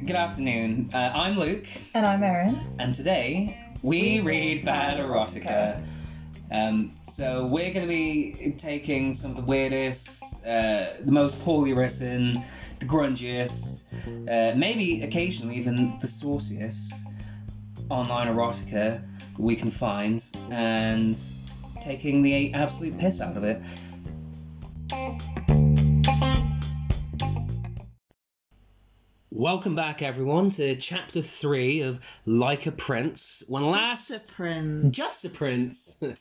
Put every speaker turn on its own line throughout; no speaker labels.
Good afternoon. Uh, I'm Luke,
And I'm Erin.
and today we read bad erotica. Um, so we're going to be taking some of the weirdest, uh, the most poorly written, the grungiest, uh, maybe occasionally even the sauciest online erotica we can find, and taking the absolute piss out of it. Welcome back, everyone, to chapter three of Like a Prince. When last
Discipline.
just a prince.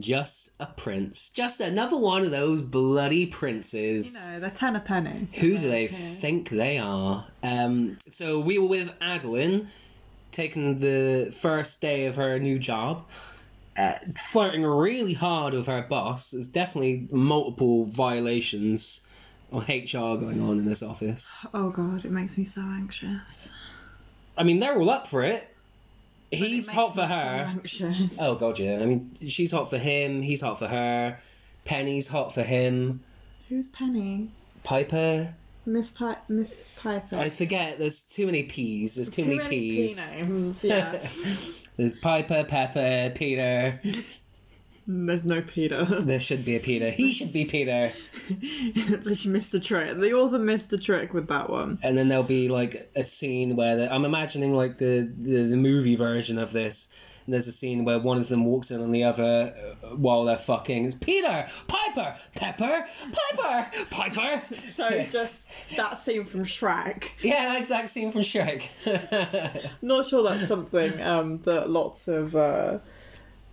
Just a prince. Just another one of those bloody princes.
You know, they're ten a penny.
Who do they think they are? Um, so we were with Adeline, taking the first day of her new job, uh, flirting really hard with her boss. There's definitely multiple violations on HR going on in this office.
Oh god, it makes me so anxious.
I mean, they're all up for it.
But it
He's
makes
hot for
me so
her.
anxious.
Oh god, yeah. I mean, she's hot for him. He's hot for her. Penny's hot for him.
Who's Penny?
Piper,
Miss Pi- Miss Piper.
I forget. There's too many P's. There's too, many, P's.
P names. Yeah.
there's Piper, Pepper, Peter.
There's no Peter.
There should be a Peter. He should be Peter.
she missed a trick. The author missed a trick with that one.
And then there'll be like a scene where the, I'm imagining like the, the the movie version of this. And there's a scene where one of them walks in on the other uh, while they're fucking. It's Peter, Piper, Pepper, Piper, Piper.
So just that scene from Shrek.
Yeah, that exact scene from Shrek.
Not sure that's something um, that lots of uh,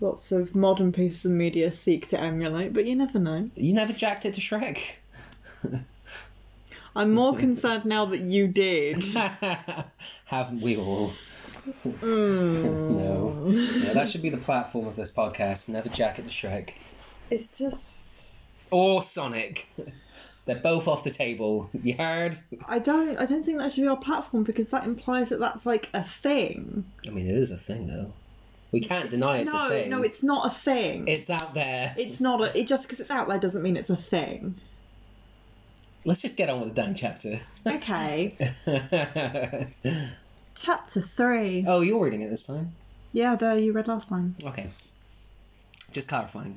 lots of modern pieces of media seek to emulate, but you never know.
you never jacked it to Shrek.
I'm more concerned now that you did.
Haven't we all?
Mm.
No. Yeah, that should be the platform of this podcast. Never jack it to Shrek.
It's just
Or Sonic. They're both off the table. You heard?
I don't I don't think that should be our platform because that implies that that's like a thing.
I mean, it is a thing, though. We can't deny it's
no,
a thing.
no, it's not a thing.
It's out there.
it's not a. It just because it's out there doesn't mean it's a thing.
Let's just get on with the damn chapter.
Okay. Chapter three.
oh, you're reading it this time?
Yeah, duh, you read last time.
Okay. Just clarifying.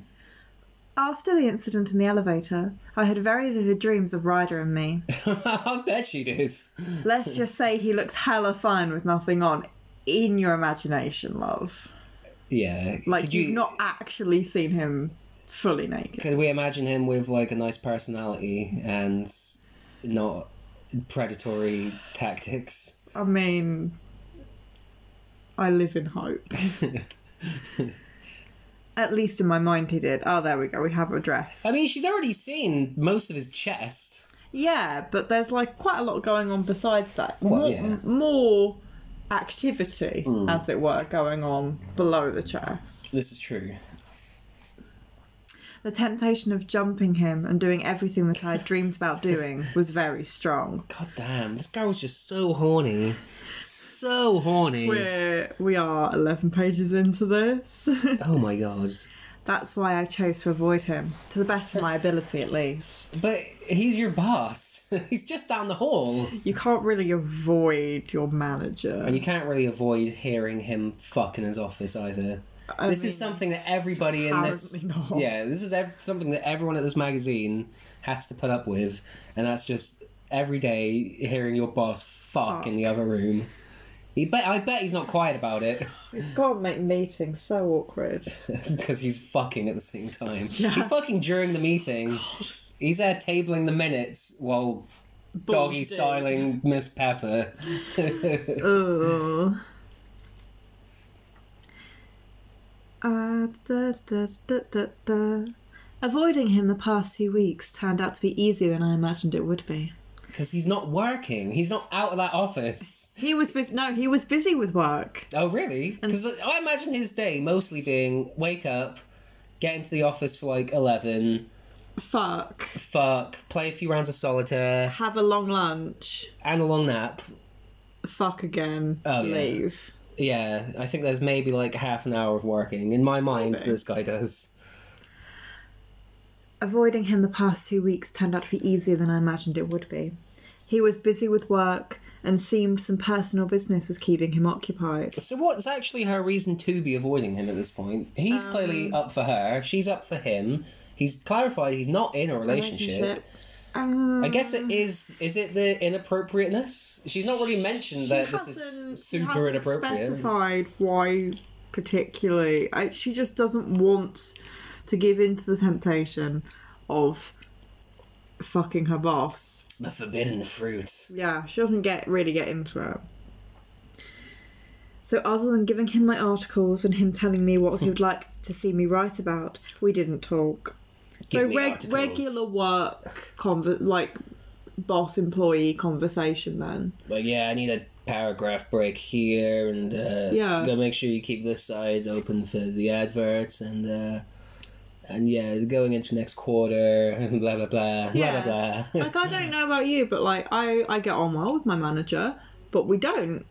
After the incident in the elevator, I had very vivid dreams of Ryder and me.
I bet she did.
Let's just say he looks hella fine with nothing on in your imagination, love.
Yeah.
Like
Could
you've
you-
not actually seen him fully naked.
Could we imagine him with like a nice personality and not predatory tactics?
I mean, I live in hope. At least in my mind, he did. Oh, there we go. We have a dress.
I mean, she's already seen most of his chest.
Yeah, but there's like quite a lot going on besides that.
Well,
more,
yeah.
m- more activity,
Mm.
as it were, going on below the chest.
This is true.
The temptation of jumping him and doing everything that I had dreamed about doing was very strong.
God damn, this girl was just so horny. So horny.
We're, we are 11 pages into this.
Oh my god.
That's why I chose to avoid him, to the best of my ability at least.
But he's your boss. he's just down the hall.
You can't really avoid your manager.
And you can't really avoid hearing him fuck in his office either.
I
this
mean,
is something that everybody in this
apparently not.
yeah this is ev- something that everyone at this magazine has to put up with and that's just every day hearing your boss fuck, in the other room he bet i bet he's not quiet about it
It's got to make meetings so awkward.
because he's fucking at the same time
Yeah.
he's fucking during the meeting he's there tabling the minutes while doggy styling miss pepper
Ugh. Uh, da, da, da, da, da. Avoiding him the past few weeks turned out to be easier than I imagined it would be.
because he's not working he's not out of that office
He was busy. No, he was busy with work.
Oh, really? Because I imagine his day mostly being wake up, get into the office for like 11,
Fuck.
fuck, play a few rounds of solitaire,
Have a long lunch.
and a long nap.
Fuck again.
Oh, yeah.
leave.
Yeah, I think there's maybe like half an hour of working. In my mind,
Maybe.
this guy does.
Avoiding him the past two weeks turned out to be easier than I imagined it would be. He was busy with work and seemed some personal business was keeping him occupied.
So what's actually her reason to be avoiding him at this point? He's
Um,
clearly up for her. She's up for him. He's clarified he's not in a relationship.
Um,
I guess it is. Is it the inappropriateness? She's not really mentioned
Uh,
that
she
this
hasn't-
is
she
super
hasn't
inappropriate.
Specified why particularly? I, she just doesn't want to give in to the temptation of fucking her boss.
The forbidden fruit.
Yeah, she doesn't get really get into it. So other than giving him my articles and him telling me what he would like to see me write about, we didn't talk. So
Give me
reg-
articles.
regular work, conver- like boss employee conversation then.
Like yeah, I need a paragraph break here, and uh,
Yeah.
go make sure you keep this side open for the adverts, and uh, and yeah, going into next quarter, blah blah blah, blah
Yeah.
blah blah.
like I don't know about you, but like I I get on well with my manager, but we don't.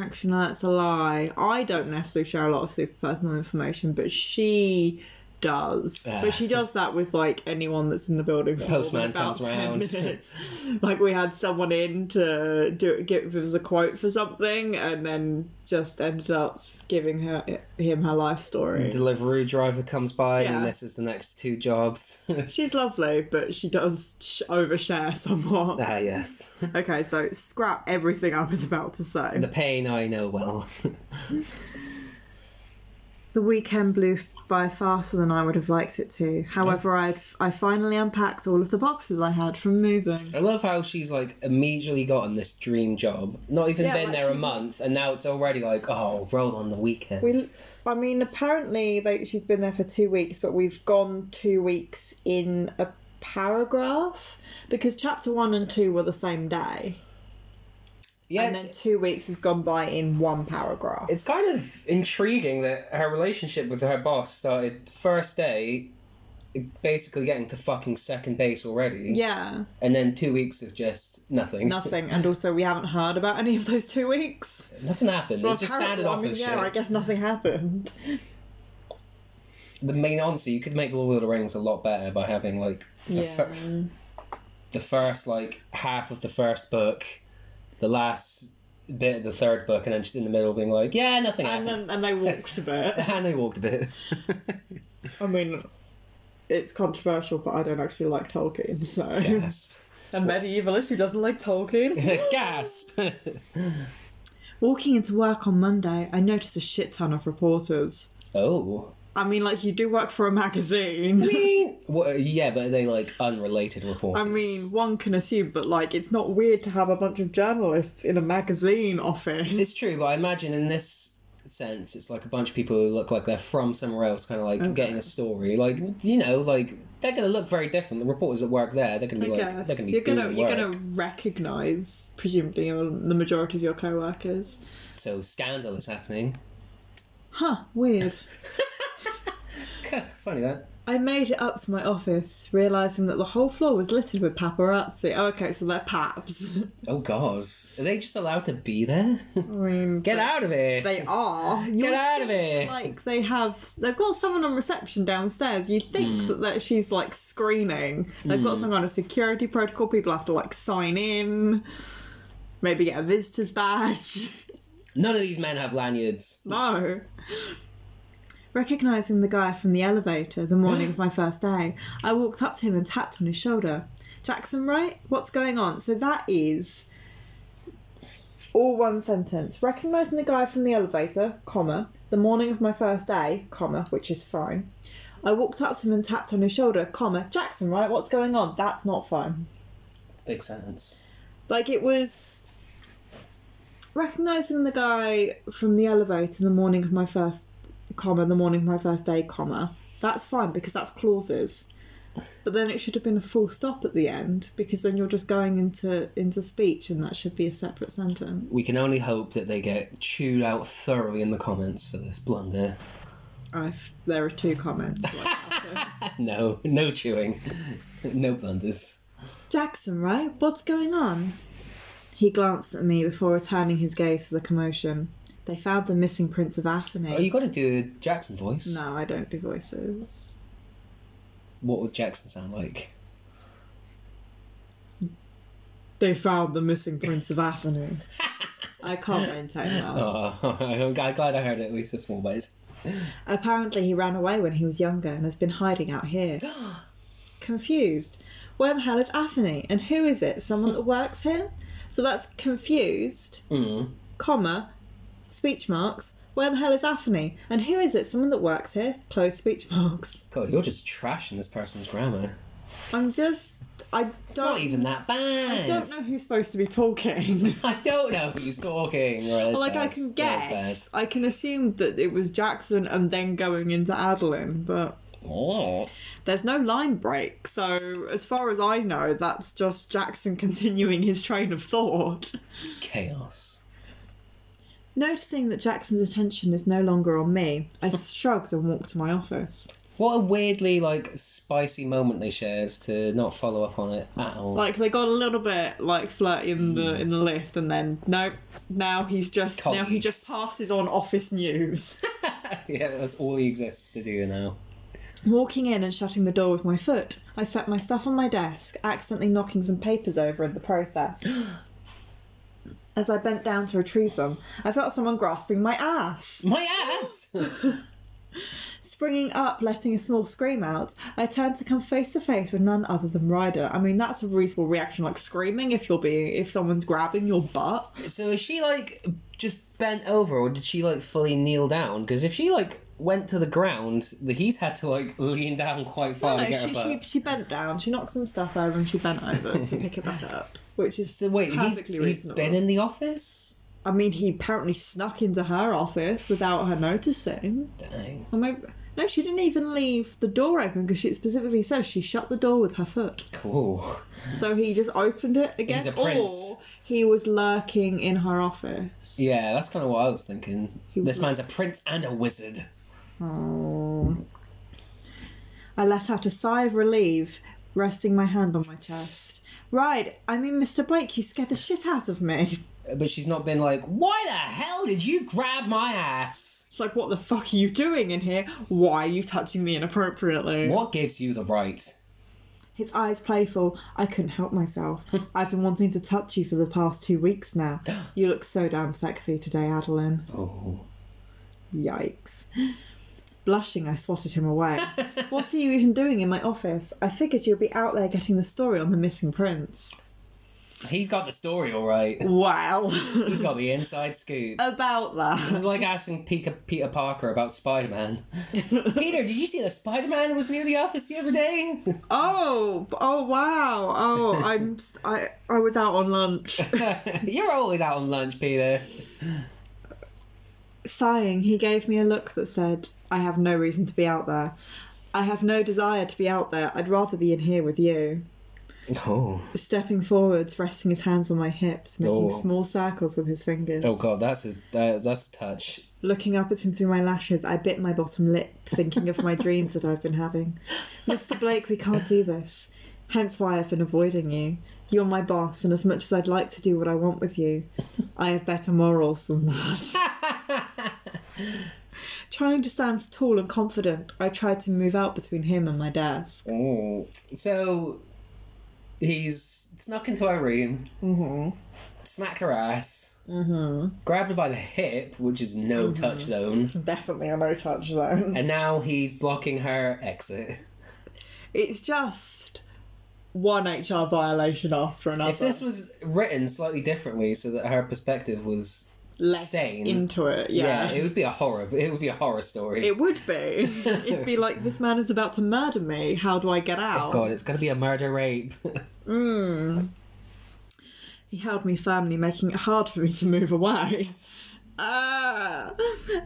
Actually, no, that's a lie. I don't necessarily share a lot of super personal information, but she does.
Ah.
But she does that with like anyone that's in the building. For more than
Postman
about
comes
10
round.
minutes. like we had someone in to do give us a quote for something, and then just ended up giving her him her life story.
Delivery driver comes by
Yeah.
and misses the next two jobs.
She's lovely, but she does sh- overshare somewhat.
ah yes,
Okay, so scrap everything I was about to say.
the pain I know well.
The weekend blew by faster than I would have liked it to. However, I had I finally unpacked all of the boxes I had from moving.
I love how she's like immediately gotten this dream job. Not even
Yeah,
been
like,
there a
she's-
month, and now it's already like, oh, roll on the weekend.
We, I mean, apparently like, she's been there for two weeks, but we've gone two weeks in a paragraph because chapter one and two were the same day,
yeah,
and
it's,
then two weeks has gone by in one paragraph.
it's kind of intriguing that her relationship with her boss started first day, basically getting to fucking second base already,
yeah,
and then two weeks of just nothing.
nothing, and also we haven't heard about any of those two weeks.
Nothing happened. it's just
apparently-
standard
I mean,
office
yeah,
shit.
I guess nothing happened.
The main answer, you could make Lord of the Rings a lot better by having like the, fir- the first like half of the first book, the last bit of the third book, and then just in the middle being like, yeah, nothing
and
happened.
then and they walked a bit.
And they walked a bit.
I mean, it's controversial, but I don't actually like Tolkien, so
Gasp.
a medievalist who doesn't like Tolkien.
Gasp.
Walking into work on Monday, I noticed a shit ton of reporters.
oh.
I mean, like you do work for a magazine.
I mean, wha- yeah, but are they like unrelated reporters?
I mean, one can assume, but like, it's not weird to have a bunch of journalists in a magazine office.
it's true, but I imagine in this sense, it's like a bunch of people who look like they're from somewhere else, kind of like
Okay.
getting a story. Like you know, like they're gonna look very different. The reporters that work there, they're gonna be like, they're gonna be
you're gonna
doing
you're
work.
gonna recognise presumably the majority of your co-workers.
So scandal is happening.
Huh? Weird.
Funny that.
I made it up to my office, realising that the whole floor was littered with paparazzi. Oh, okay, so they're paps.
Oh God, are they just allowed to be there?
I mean,
Get
they-
out of here!
They are. You
Get
would
out of
think,
here.
Like they have, they've got someone on reception downstairs. You would think that, that she's like screening. They've got some kind of security protocol. People have to like sign in, maybe get a visitor's badge.
None of these men have lanyards.
No. Recognising the guy from the elevator the morning of my first day, I walked up to him and tapped on his shoulder. Jackson, right? What's going on? So that is all one sentence. Recognising the guy from the elevator, comma, the morning of my first day, comma, which is fine. I walked up to him and tapped on his shoulder, comma, Jackson, right? What's going on? That's not fine.
It's a big sentence.
Like it was recognizing the guy from the elevator in the morning of my first comma, the morning of my first day comma. That's fine because that's clauses. But then it should have been a full stop at the end because then you're just going into into speech and that should be a separate sentence.
We can only hope that they get chewed out thoroughly in the comments for this blunder.
I've, there are two comments.
No, no chewing, no blunders.
Jackson, right? What's going on? He glanced at me before returning his gaze to the commotion. They found the missing Prince of Athens.
Oh, you got to do a Jackson voice.
No, I don't do voices.
what would Jackson sound like?
They found the missing Prince of Athenry. I can't maintain that.
Oh, I'm glad I heard it at least a small bit.
Apparently, he ran away when he was younger and has been hiding out here. confused. Where the hell is Athene? And who is it? Someone that works here? So that's confused,
Mm.
comma, speech marks. Where the hell is Athene? And who is it? Someone that works here? Close speech marks.
God, you're just trashing this person's grammar.
I'm just. I don't.
It's not even that bad.
I don't know who's supposed to be talking.
I don't know who's talking. Right, that's
like I
bad.
can
That's
guess, I can assume that it was Jackson and then going into Adeline, but
bad. Oh.
there's no line break. So as far as I know, that's just Jackson continuing his train of thought.
Chaos.
Noticing that Jackson's attention is no longer on me, I shrugged and walked to my office.
What a weirdly like spicy moment they shares to not follow up on it at all.
Like they got a little bit like flirty in the in the lift, and then nope. Now he's just now he
Colleagues.
just passes on office news.
yeah, that's all he exists to do now.
Walking in and shutting the door with my foot, I set my stuff on my desk, accidentally knocking some papers over in the process. As I bent down to retrieve them, I felt someone grasping my ass.
My ass.
Springing up, letting a small scream out, I turned to come face to face with none other than Ryder. I mean, that's a reasonable reaction, like screaming if you're being if someone's grabbing your butt.
so is she like just bent over, or did she like fully kneel down? Because if she like went to the ground, the he's had to like lean down quite far
no,
to get
she,
her
she,
butt.
she bent down. She knocked some stuff over and she bent over to pick it back up, which is
So wait, he's,
perfectly
he's
reasonable.
been in the office.
I mean, he apparently snuck into her office without her noticing.
Dang.
Or maybe, no, she didn't even leave the door open because she specifically says she shut the door with her foot.
Cool.
So he just opened it again.
He's a prince.
Or he was lurking in her office.
Yeah, that's kind of what I was thinking.
He
This
was-
man's a prince and a wizard.
Oh. I let out a sigh of relief, resting my hand on my chest. Right, I mean, Mr. Blake, you scared the shit out of me.
But she's not been like, why the hell did you grab my ass?
It's like, what the fuck are you doing in here? Why are you touching me inappropriately?
What gives you the right?
His eyes playful. I couldn't help myself. I've been wanting to touch you for the past two weeks now. You look so damn sexy today, Adeline.
Oh.
Yikes. Blushing, I swatted him away. what are you even doing in my office? I figured you'd be out there getting the story on the missing prince.
He's got the story all right.
Well,
He's got the inside scoop.
about
This is
that.
like asking Peter, Peter Parker about Spider Man. Peter, did you see that Spider Man was near the office the other day?
oh, oh wow. Oh, I'm s- I I was out on lunch.
You're always out on lunch, Peter.
Sighing, he gave me a look that said, I have no reason to be out there. I have no desire to be out there. I'd rather be in here with you.
Oh.
Stepping forwards, resting his hands on my hips, making
Oh.
small circles with his fingers.
Oh god, that's a that, that's a touch.
Looking up at him through my lashes, I bit my bottom lip, thinking of my dreams that I've been having. Mr. Blake, we can't do this. Hence why I've been avoiding you. You're my boss, and as much as I'd like to do what I want with you, I have better morals than that. Trying to stand tall and confident, I tried to move out between him and my desk.
Oh. So he's snuck into our room,
Mm-hmm.
smacked her ass,
Mm-hmm.
grabbed her by the hip, which is no touch zone,
Definitely a no touch zone.
and now he's blocking her exit.
It's just one HR violation after another.
If this was written slightly differently, so that her perspective was
less
sane.
into it,
yeah,
yeah.
it would be a horror. It would be a horror story.
It would be. It'd be like, this man is about to murder me. How do I get out?
God, it's gonna be a murder rape.
Mm. He held me firmly, making it hard for me to move away. Ah!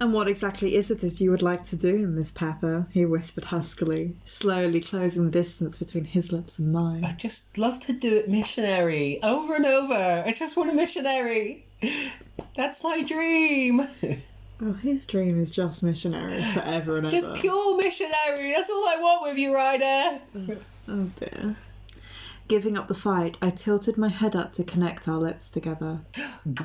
And what exactly is it that you would like to do, Miss Pepper? He whispered huskily, slowly closing the distance between his lips and
I
mine.
just love to do it missionary over and over. I just want a missionary. That's my dream.
Oh, his dream is just missionary forever and ever.
Just pure missionary. That's all I want with you, Ryder.
Oh dear. Giving up the fight, I tilted my head up to connect our lips together.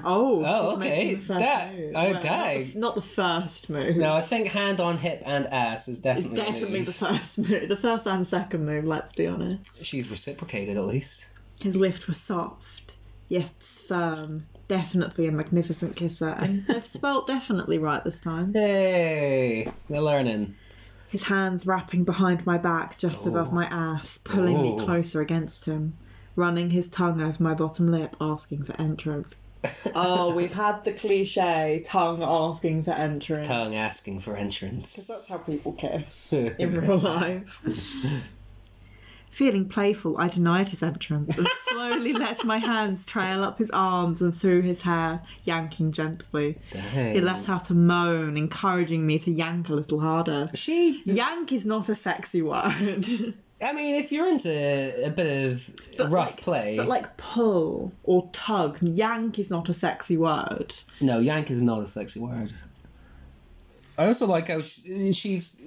Oh,
Oh, okay.
she's making the first
That-
move.
oh,
not the-
dang.
Not the first move.
No, I think hand on hip and ass is
It's
definitely. a
definitely
move.
the first move. The first and second move, let's be honest.
She's reciprocated at least.
His lift was soft, yet firm. Definitely a magnificent kisser, and they've spelt definitely right this time.
Hey, they're learning.
His hands wrapping behind my back, just above
Oh.
my ass, pulling me
Oh.
closer against him, running his tongue over my bottom lip, asking for entrance. oh, we've had the cliche tongue asking for entrance.
Tongue asking for entrance.
how people kiss life. Feeling playful, I denied his entrance and slowly let my hands trail up his arms and through his hair, yanking gently.
Dang.
He let out a moan, encouraging me to yank a little harder.
She,
Yank is not a sexy word,
I mean, if you're into a bit of
But
rough
like-
play,
but like pull or tug. Yank is not a sexy word.
no, yank is not a sexy word. I also like how sh she's.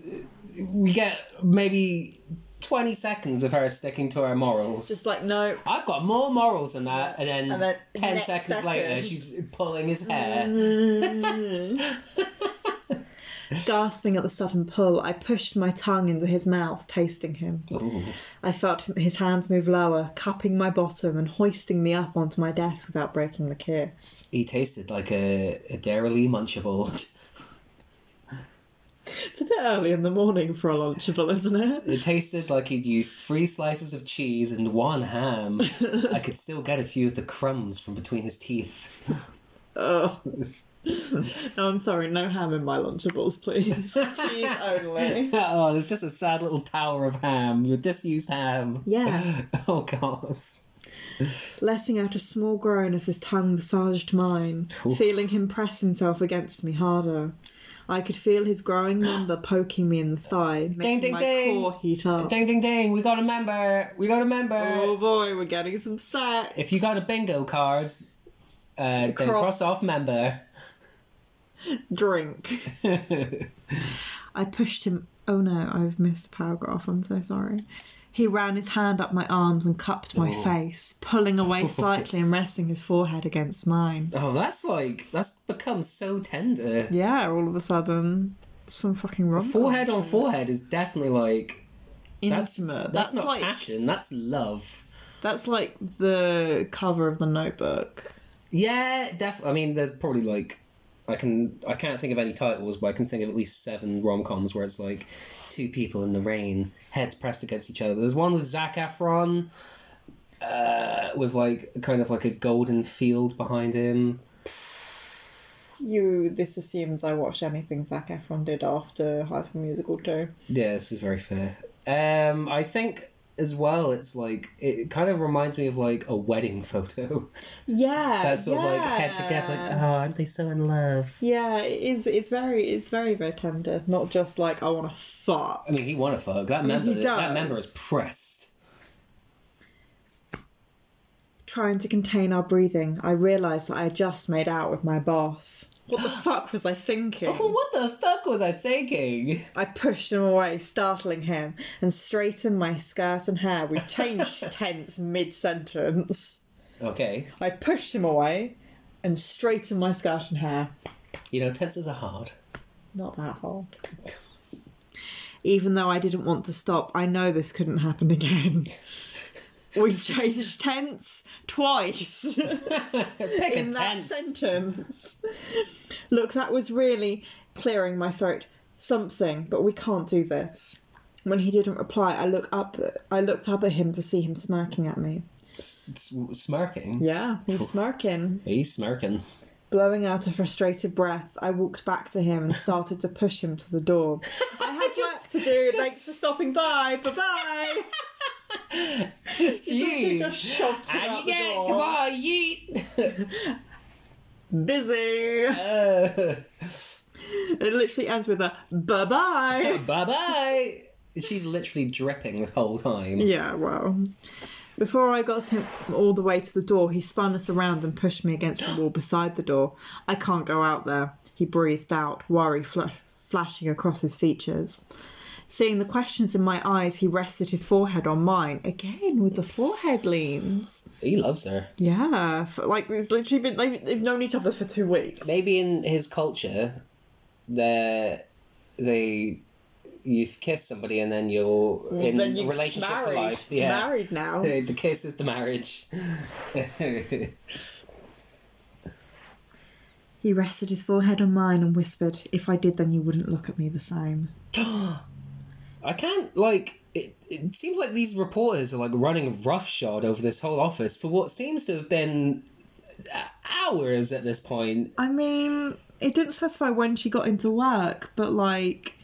We get maybe 20 seconds of her sticking to her morals.
Just like, no,
I've got more morals than that, and then,
And then
10
next
seconds
second. Mm.
later, she's pulling his hair.
Gasping at the sudden pull, I pushed my tongue into his mouth, tasting him.
Ooh.
I felt his hands move lower, cupping my bottom and hoisting me up onto my desk without breaking the kiss.
He tasted like a, a Dairy Munchable.
It's a bit early in the morning for a Lunchable, isn't it?
It tasted like he'd used three slices of cheese and one ham. I could still get a few of the crumbs from between his teeth.
Oh. No, Oh, I'm sorry, no ham in my Lunchables, please. Cheese only.
oh, there's just a sad little tower of ham. Your disused ham.
Yeah.
Oh, God.
Letting out a small groan as his tongue massaged mine,
Oof.
feeling him press himself against me harder. I could feel his growing member poking me in the thigh, making
ding,
my
ding.
core heat up.
Ding, ding, ding. We got a member. We got a member.
Oh boy, we're getting some sex.
If you got a bingo card, uh, then
Cross.
cross off member.
Drink.
Oh,
I pushed him. Oh no, I've missed a paragraph. I'm so sorry. He ran his hand up my arms and cupped my
Oh.
face, pulling away slightly and resting his forehead against mine.
oh, that's like, that's become so tender.
Yeah, all of a sudden, some fucking wrong.
Forehead on forehead is definitely like That's-
Intimate.
That's, not
like
passion, that's love.
that's like the cover of the Notebook.
Yeah, definitely. I mean, there's probably like I can I can't think of any titles, but I can think of at least seven rom coms where it's like two people in the rain, heads pressed against each other. There's one with Zac Efron, uh, with like kind of like a golden field behind him.
You. This assumes I watched anything Zac Efron did after High School Musical too.
Yeah, this is very fair. Um, I think as well, it's like it kind of reminds me of like a wedding photo.
Uh, Yeah.
That's sort of like head together, like oh, aren't they so in love?
Yeah, it is. It's very, it's very, very tender. Not just like I want to fuck.
I mean, he won a fuck. That
mean,
member, that
he does.
member is pressed.
Trying to contain our breathing, I realised that I had just made out with my boss. What the fuck was I thinking?
Oh, what the fuck was I thinking?
I pushed him away, startling him, and straightened my skirt and hair. We changed tense mid sentence.
Okay,
I pushed him away and straightened my skirt and hair.
you know tenses are hard.
Not that hard. Even though I didn't want to stop, I know this couldn't happen again. We've changed tense twice
Pick
in
a
that
tense.
sentence. Look, that was really clearing my throat. Something, but we can't do this. When he didn't reply, I look up. I looked up at him to see him smirking at me.
S- smirking.
Yeah, he's smirking.
He's smirking.
Blowing out a frustrated breath, I walked back to him and started to push him to the door. I had
Just-
work to do.
just-
Thanks for stopping by. Bye bye.
Just
She
you.
just shoved him
And
out
you
the
get it.
door.
Come on, yeet.
Busy.
uh,
It literally ends with a bye bye.
bye bye. Uh, She's literally dripping the whole time.
Yeah, well. Before I got him all the way to the door, he spun us around and pushed me against the wall beside the door. I can't go out there, he breathed out, worry fl- flashing across his features. Seeing the questions in my eyes, he rested his forehead on mine. Again, with the forehead leans.
He loves her.
Yeah. For, like, it's literally been, they've, they've known each other for two weeks.
Maybe in his culture, they they you kiss somebody and then you're in
then
a
you
relationship for
married,
life. Yeah.
married now.
The the kiss is the marriage.
He rested his forehead on mine and whispered, If I did, then you wouldn't look at me the same.
I can't like. It, it seems like these reporters are like running roughshod over this whole office for what seems to have been hours at this point.
I mean, it didn't specify when she got into work, but like,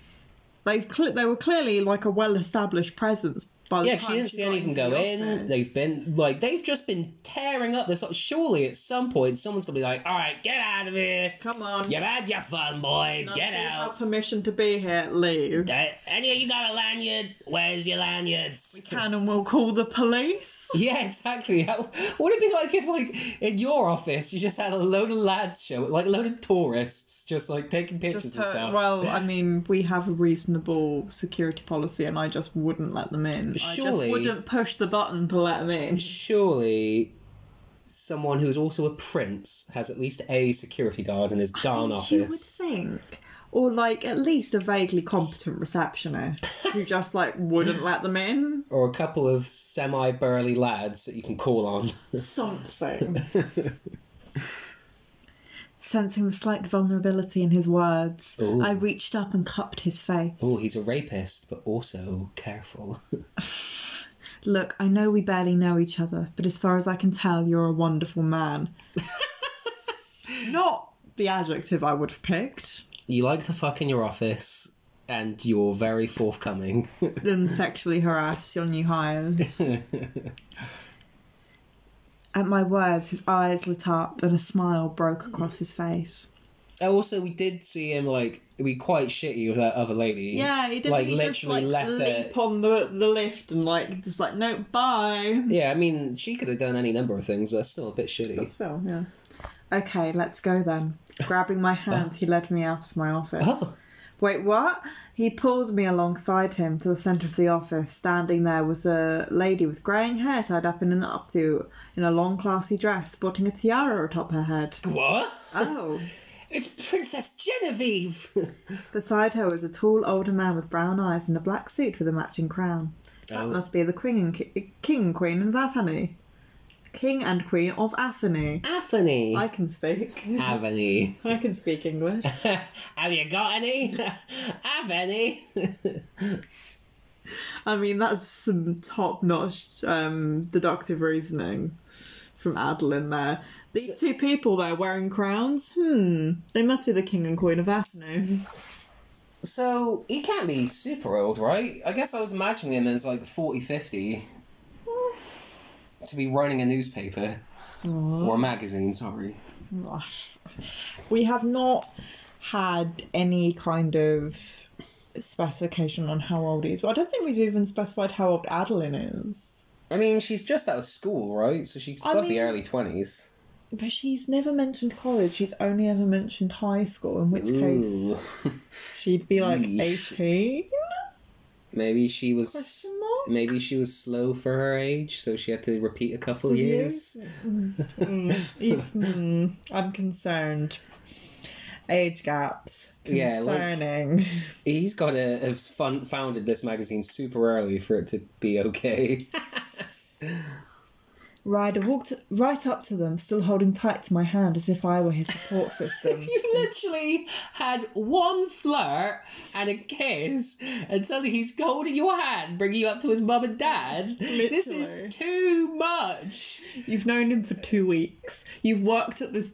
they've cle they were clearly like a well established presence by the
Yeah,
time
she didn't see
got
anything
into
go
the
in.
office.
They've been like they've just been tearing up this. Surely at some point someone's gonna be like, "All right, get out of here.
Come on.
You've had your fun, boys.
No,
get
you
out."
have permission to be here. Leave.
Uh, any of you got a lanyard? Where's your lanyards?
Can and we'll call the police.
Yeah, exactly. How, would it be like if, like, in your office, you just had a load of lads show, like a load of tourists, just like taking pictures
Just
and
to-
stuff?
well, I mean, we have a reasonable security policy, and I just wouldn't let them in. I
Surely-
just wouldn't push the button to let them in.
surely someone who's also a prince has at least a security guard in his darn
You would
office.
think. Or like at least a vaguely competent receptionist who just like wouldn't let them in.
Or a couple of semi burly lads that you can call on.
Something. Sensing the slight vulnerability in his words,
Ooh.
I reached up and cupped his face.
oh, he's a rapist, but also careful.
Look, I know we barely know each other, but as far as I can tell, you're a wonderful man. Not the adjective I would have picked.
you like to fuck in your office, and you're very forthcoming.
Then sexually harass your new hires. At my words, his eyes lit up and a smile broke across his face.
And also, we did see him like be quite shitty with that other lady.
Yeah, he didn't
like
he just,
literally
like,
left
leap
her.
on the the lift and like just like no bye.
Yeah, I mean, she could have done any number of things, but it's still a bit shitty.
So yeah. Okay, let's go then. Grabbing my hand, he led me out of my office.
Oh,
Wait, what? He pulled me alongside him to the centre of the office. Standing there was a lady with greying hair tied up in an updo, in a long, classy dress, sporting a tiara atop her head.
what?
Oh.
It's Princess Genevieve.
Beside her was a tall older man with brown eyes and a black suit with a matching crown. That
Oh.
must be the king and, ki- king and queen of Athany. King and queen of Athany.
Anthony.
I can speak.
Have any?
I can speak English.
Have you got any? Have any?
I mean, that's some top-notch um, deductive reasoning from Adeline there. These two people there wearing crowns. Hmm. They must be the king and queen of Athens.
so he can't be super old, right? I guess I was imagining him as like 40, 50 to be running a newspaper or a magazine. Sorry.
Oh, We have not had any kind of specification on how old he is. Well, I don't think we've even specified how old Adeline is.
I mean, she's just out of school, right? So she's
I
got the
mean-
early twenties.
But she's never mentioned college. She's only ever mentioned high school, in which case she'd be like
Yeesh.
18?
maybe she was.
Question mark?
Maybe she was slow for her age, so she had to repeat a couple years.
Mm, I'm concerned. Age gaps.
Yeah, like-
Concerning.
He's got to have fun- founded this magazine super early for it to be okay.
Ryder walked right up to them, still holding tight to my hand as if I were his support system.
You've literally had one flirt and a kiss, and suddenly he's holding your hand, bringing you up to his mum and dad. This
Literally.
is too much.
You've known him for two weeks. You've worked at this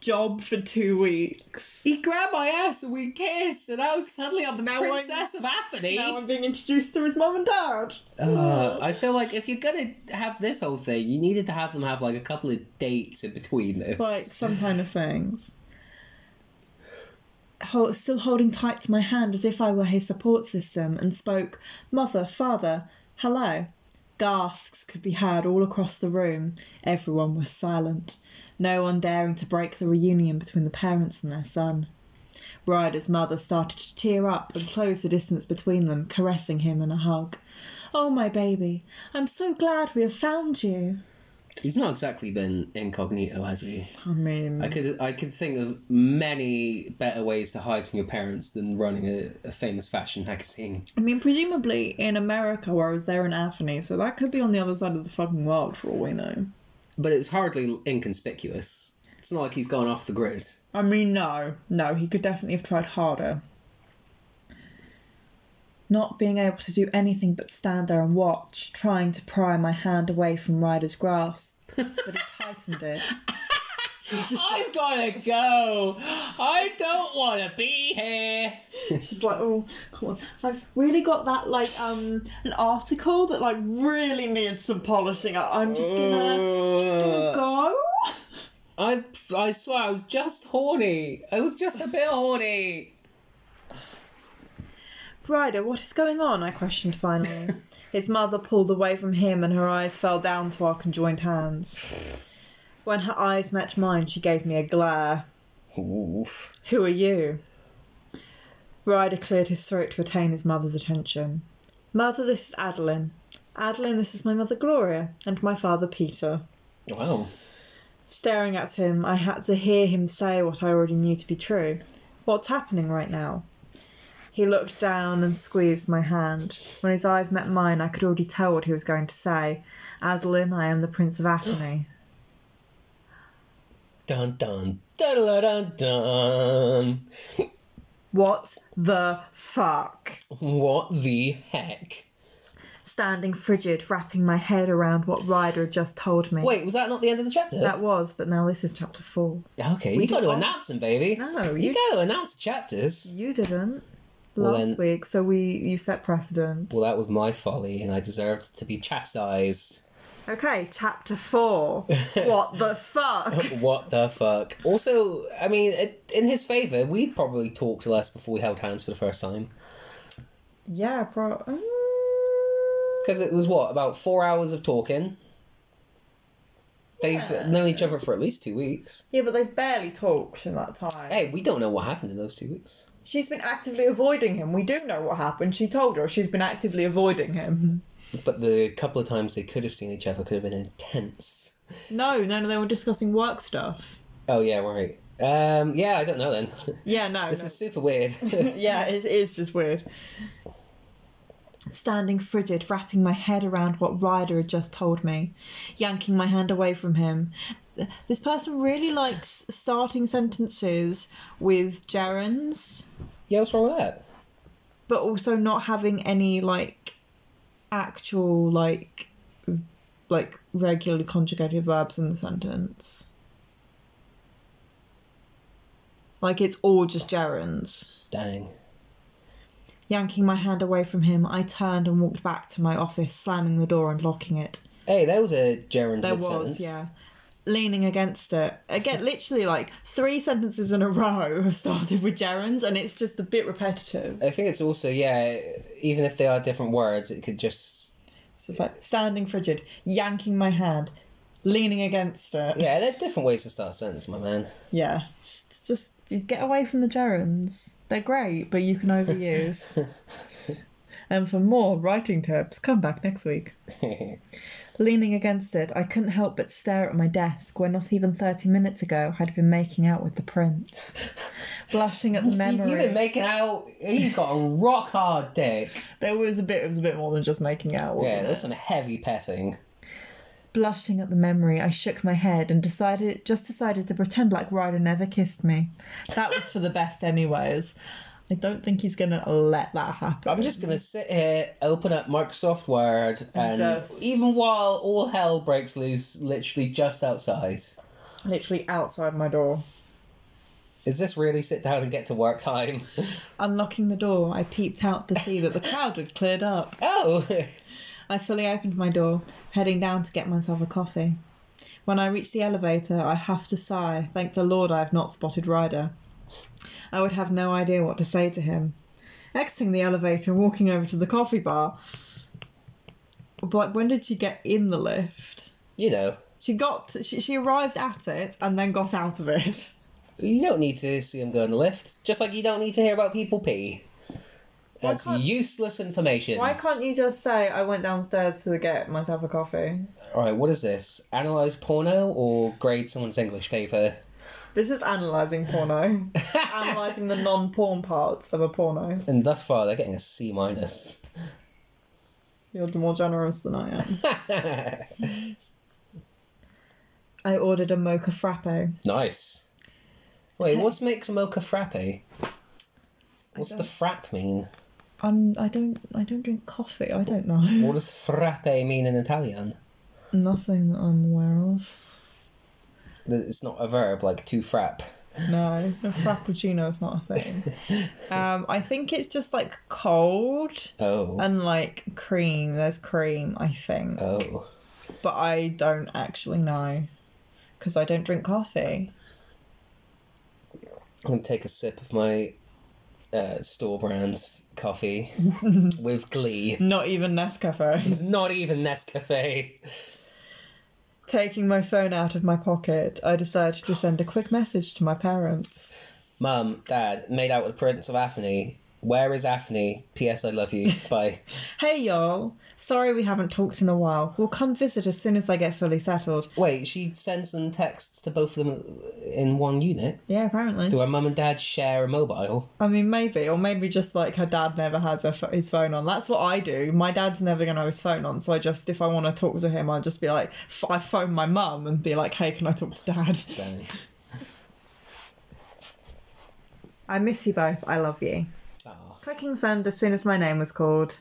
job for two weeks.
He grabbed my ass and we kissed, and now suddenly I'm the
Now I'm-
princess of Atheny.
Now I'm being introduced to his mum and dad.
Uh, I feel like if you're gonna have this whole thing, you needed to have them have like a couple of dates in between this.
like some kind of things. Hol- Still holding tight to my hand as if I were his support system, and spoke, Mother, Father, hello. Gasps could be heard all across the room. Everyone was silent, no one daring to break the reunion between the parents and their son. Ryder's mother started to tear up and close the distance between them, caressing him in a hug. Oh, my baby, I'm so glad we have found you.
He's not exactly been incognito, has he?
I mean,
I could I could think of many better ways to hide from your parents than running a, a famous fashion magazine.
I mean, presumably in America, whereas they're in Anthony, so that could be on the other side of the fucking world for all we know.
But it's hardly inconspicuous. It's not like he's gone off the grid.
I mean, no, no, he could definitely have tried harder. Not being able to do anything but stand there and watch, trying to pry my hand away from Ryder's grasp, but he tightened it.
I gotta go. I don't want to be here.
She's like, oh, come on. I've really got that, like, um, an article that, like, really needs some polishing up. I'm just gonna, just gonna go.
I I swear I was just horny. I was just a bit horny.
Ryder, what is going on? I questioned finally. His mother pulled away from him and her eyes fell down to our conjoined hands. When her eyes met mine, she gave me a glare.
Oof.
Who are you? Ryder cleared his throat to retain his mother's attention. Mother, this is Adeline. Adeline, this is my mother Gloria, and my father Peter.
Wow.
Staring at him, I had to hear him say what I already knew to be true. What's happening right now? He looked down and squeezed my hand. When his eyes met mine, I could already tell what he was going to say. Adeline, I am the Prince of Athenry.
Dun dun dun dun dun.
what the fuck?
What the heck?
Standing frigid, wrapping my head around what Ryder had just told me.
Wait, was that not the end of the chapter?
That was, but now this is chapter four.
okay,
we
you got to
got-
announce them, baby.
No,
you
you,
got to announce the chapters.
you didn't
Well,
last
then-
week, so we you set precedent.
Well, that was my folly, and I deserved to be chastised.
Okay, chapter four. what the fuck?
What the fuck? Also, I mean, it, in his favour, we probably talked less before we held hands for the first time.
Yeah, um, bro. mm,
Because it was what, about four hours of talking? They've
Yeah.
known each other for at least two weeks.
Yeah, but they've barely talked in that time.
Hey, we don't know what happened in those two weeks.
She's been actively avoiding him. We do know what happened. She told her she's been actively avoiding him.
But the couple of times they could have seen each other could have been intense.
No, no, no, they were discussing work stuff.
Oh, yeah, right. Um, yeah, I don't know then.
Yeah, no.
this
no.
is super weird.
yeah, it is just weird. Standing frigid, wrapping my head around what Ryder had just told me, yanking my hand away from him. Th- This person really likes starting sentences with gerunds,
yeah, what's wrong with that?
but also not having any like actual like v- like regularly conjugated verbs in the sentence. Like it's all just gerunds.
Dang.
Yanking my hand away from him, I turned and walked back to my office, slamming the door and locking it.
Hey, there was a gerund
There was,
mid-sentence.
yeah. Leaning against it. Again, literally like three sentences in a row have started with gerunds, and it's just a bit repetitive.
I think it's also, yeah, even if they are different words, it could just
So it's like standing frigid, yanking my hand, leaning against it.
Yeah, there are different ways to start a sentence, my man.
Yeah. Just, just you get away from the gerunds. They're great, but you can overuse. and for more writing tips, come back next week. Leaning against it, I couldn't help but stare at my desk where not even 30 minutes ago I'd been making out with the prince. Blushing at the memory.
You've been making out. He's got a rock hard dick.
there was a bit, it was a bit more than just making out. wasn't
Yeah,
it?
there's some heavy petting.
Blushing at the memory, I shook my head and decided, just decided to pretend like Ryder never kissed me. That was for the best, anyways. I don't think he's gonna let that happen.
I'm just gonna sit here, open up Microsoft Word, and
Just-
even while all hell breaks loose, literally just outside.
literally outside my door.
Is this really sit down and get to work time?
Unlocking the door, I peeped out to see that the crowd had cleared up.
Oh,
I fully opened my door, heading down to get myself a coffee. When I reached the elevator, I have to sigh. Thank the Lord I have not spotted Ryder. I would have no idea what to say to him. Exiting the elevator and walking over to the coffee bar. But when did she get in the lift?
you know,
She got she, she arrived at it and then got out of it.
You don't need to see them go in the lift, just like you don't need to hear about people pee.
Why
That's
can't-
useless information.
Why can't you just say I went downstairs to get myself a coffee?
Alright, what is this? Analyze porno or grade someone's English paper?
This is analysing porno. analysing the non porn parts of a porno.
And thus far, they're getting a C minus.
You're more generous than I am. I ordered a mocha frappe.
nice. Wait,
Okay.
what's makes a mocha frappe? What's the
don't-
frap mean?
I'm Um, I don't I don't drink coffee. I don't know.
What does frappe mean in Italian?
Nothing that I'm aware of.
Th- It's not a verb like to frap.
No, a frappuccino is not a thing. Um, I think it's just like cold
Oh.
and like cream. There's cream, I think,
oh.
but I don't actually know because I don't drink coffee.
I'm gonna take a sip of my uh, store brand's coffee with glee.
Not even Nescafe.
It's not even Nescafe.
Taking my phone out of my pocket, I decided to send a quick message to my parents.
Mum, Dad, made out with Prince of Atheny. Where is Atheny? P.S. I love you. Bye.
Hey y'all, sorry we haven't talked in a while. We'll come visit as soon as I get fully settled.
Wait, she sends them texts to both of them in one unit.
Yeah, apparently.
Do her mum and dad share a mobile?
I mean, maybe, or maybe just like her dad never has her, ph- his phone on. That's what I do. My dad's never gonna have his phone on, so I just, if I want to talk to him, I'll just be like, f- I phone my mum and be like, hey, can I talk to dad?
Damn.
I miss you both. I love you.
Oh,
Clicking send as soon as my name was called.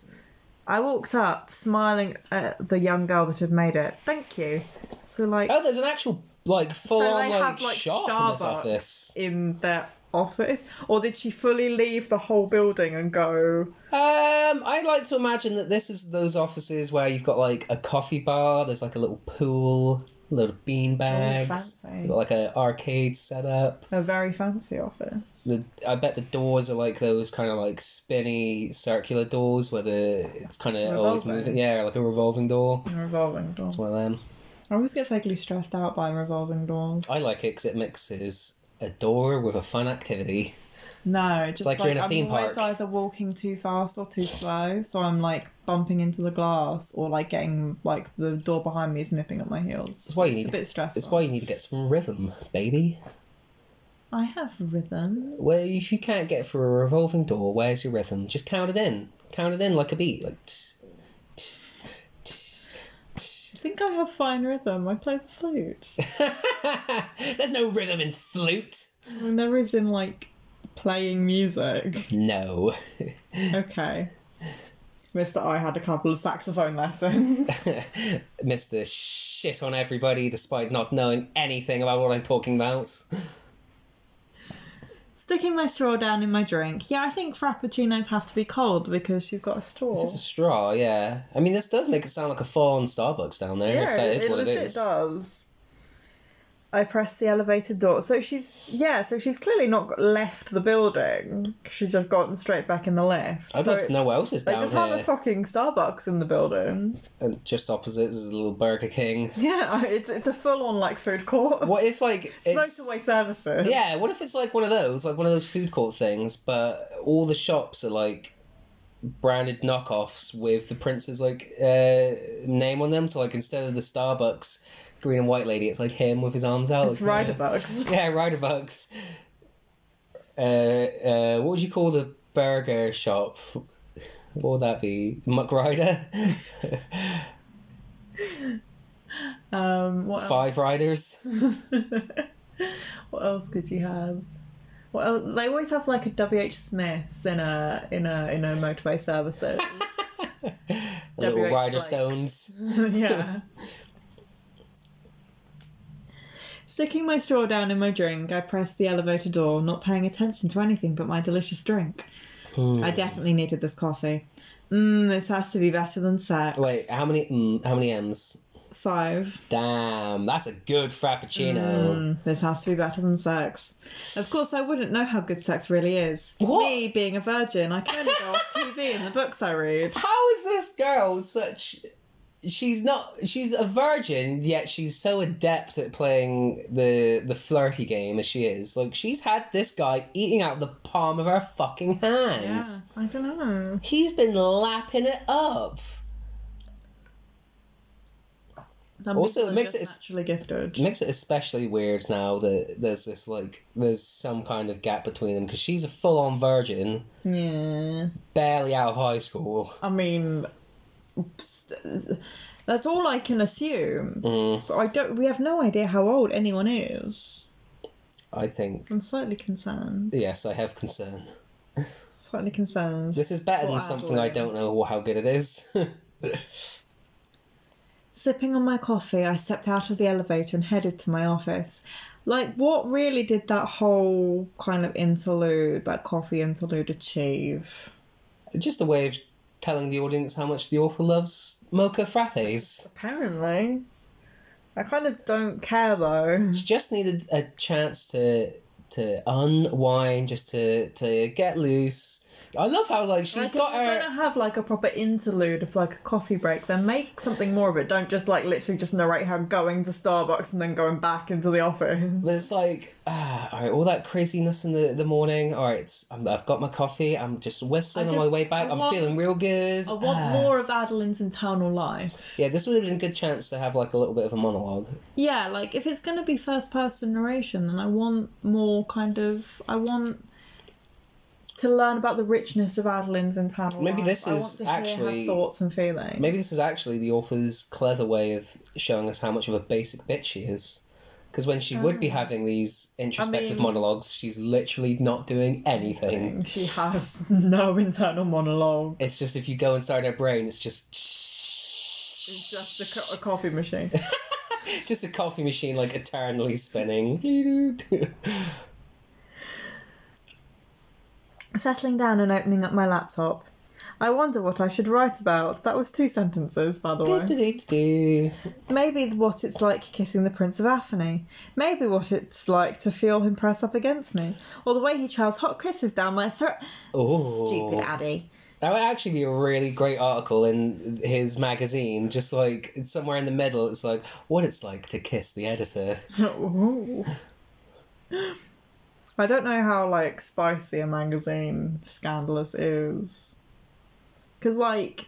I walked up, smiling at the young girl that had made it. Thank you. So like
Oh, there's an actual like full on
they
like,
have, like,
shop in this
Starbucks.
office.
in their office, or did she fully leave the whole building and go?
Um, I like to imagine that this is those offices where you've got like a coffee bar. There's like a little pool, a load of bean bags,
Oh, fancy.
you've got like an arcade set up.
A very fancy office.
The I bet the doors are like those kind of like spinny circular doors where the it's kind of always
Revolving.
moving. Yeah, like a revolving door.
A revolving door.
It's one of them.
I always get vaguely stressed out by revolving doors.
I like it because it mixes a door with a fun activity.
No, just
like
like,
you're in a
I'm
theme
always
park.
either walking too fast or too slow, so I'm like bumping into the glass or like getting like the door behind me is nipping at my heels.
That's why you
It's
need.
a bit stressful.
It's why you need to get some rhythm, baby.
I have rhythm.
Well, if you can't get through a revolving door, where's your rhythm? Just count it in. Count it in like a beat. Like. tsk, tsk, tsk,
I think I have fine rhythm. I play the flute.
tsk. There's no rhythm in flute.
and there is in like playing music.
No.
Okay. Mister, I had a couple of saxophone lessons.
Mr. Shit on everybody despite not knowing anything about what I'm talking about.
Sticking my straw down in my drink. Yeah, I think frappuccinos have to be cold because she's got a straw.
It's a straw, yeah. I mean, this does make it sound like a full-on Starbucks down there, if that is what it
legit
is.
does. I press the elevator door. So she's yeah, so she's clearly not got- left the building. She's just gotten straight back in the lift.
I'd
so
love to know what else is
They
down
just have a
here.
fucking Starbucks in the building.
And just opposite is a little Burger King.
Yeah, I- it's it's a full on like food court.
What if like it's
Motorway services.
yeah? What if it's like one of those, like one of those food court things, but all the shops are like branded knockoffs with the prince's like uh, name on them. So like instead of the Starbucks green and white lady, it's like him with his arms out.
It's
like,
rider bugs.
Yeah, rider bugs. Uh, uh, what would you call the burger shop? What would that be? McRider?
Um, what else?
Five riders?
what else could you have? What else? They always have like a W. H. Smiths in a in a in a motorway services.
The little
WH
rider
Blakes.
stones.
yeah. Sticking my straw down in my drink, I pressed the elevator door, not paying attention to anything but my delicious drink. I
Hmm.
definitely needed this coffee. Mmm, this has to be better than sex.
Wait, how many mm, how many M's?
Five.
Damn, that's a good frappuccino.
Mm, this has to be better than sex. Of course, I wouldn't know how good sex really is.
What?
Me being a virgin, I can only go off TV and the books I read.
How is this girl such she's not she's a virgin yet she's so adept at playing the the flirty game as she is like she's had this guy eating out of the palm of her fucking
Yeah,
hands
I don't know.
he's been lapping it up
Some
Also,
people
it
are
makes
just
it-
naturally gifted.
It makes it especially weird now that there's this like there's some kind of gap between them because she's a full-on virgin
Yeah,
barely out of high school
I mean, oops, that's all I can assume.
mm,
But I don't. We have no idea how old anyone is.
i think
I'm slightly concerned.
yes i have concern
Slightly concerned.
this is better
Well,
than something i
actually-
don't know how good it is
Sipping on my coffee, I stepped out of the elevator and headed to my office. Like, what really did that whole kind of interlude, that coffee interlude, achieve?
just a way of telling the audience how much the author loves mocha frappes
Apparently. I kind of don't care though.
she just needed a chance to to unwind just to to get loose i love how like she's
Like, if
got
you're
her
gonna have like a proper interlude of like a coffee break, then make something more of it. Don't just like literally just narrate her going to Starbucks and then going back into the office.
But it's like, ah, all right, all that craziness in the, the morning. All right, it's, I'm, I've got my coffee. I'm just whistling
I
on my
just-
way back.
I
I'm
want-
feeling real good.
I want
Ah.
more of Adeline's internal life.
Yeah, this would have been a good chance to have like a little bit of a monologue.
Yeah, like if it's gonna be first person narration, then I want more kind of I want to learn about the richness of Adeline's internal.
Maybe
life.
this
I
is
want to hear her
actually-
thoughts and feelings.
Maybe this is actually the author's clever way of showing us how much of a basic bitch she is. Because when she would be
Ah.
having these introspective
mean-
monologues, she's literally not doing anything.
she has no internal monologue.
It's just if you go inside her brain, it's just
It's just a, co- a coffee machine.
just a coffee machine like eternally spinning.
Settling down and opening up my laptop. I wonder what I should write about. That was two sentences, by the way.
Do-do-do-do-do.
Maybe what it's like kissing the Prince of Atheny. Maybe what it's like to feel him press up against me. Or the way he trails hot kisses down my throat.
Oh,
Stupid Addy.
That would actually be a really great article in his magazine. Just like it's somewhere in the middle, it's like what it's like to kiss the editor.
Ooh. I don't know how like spicy a magazine scandalous is, because like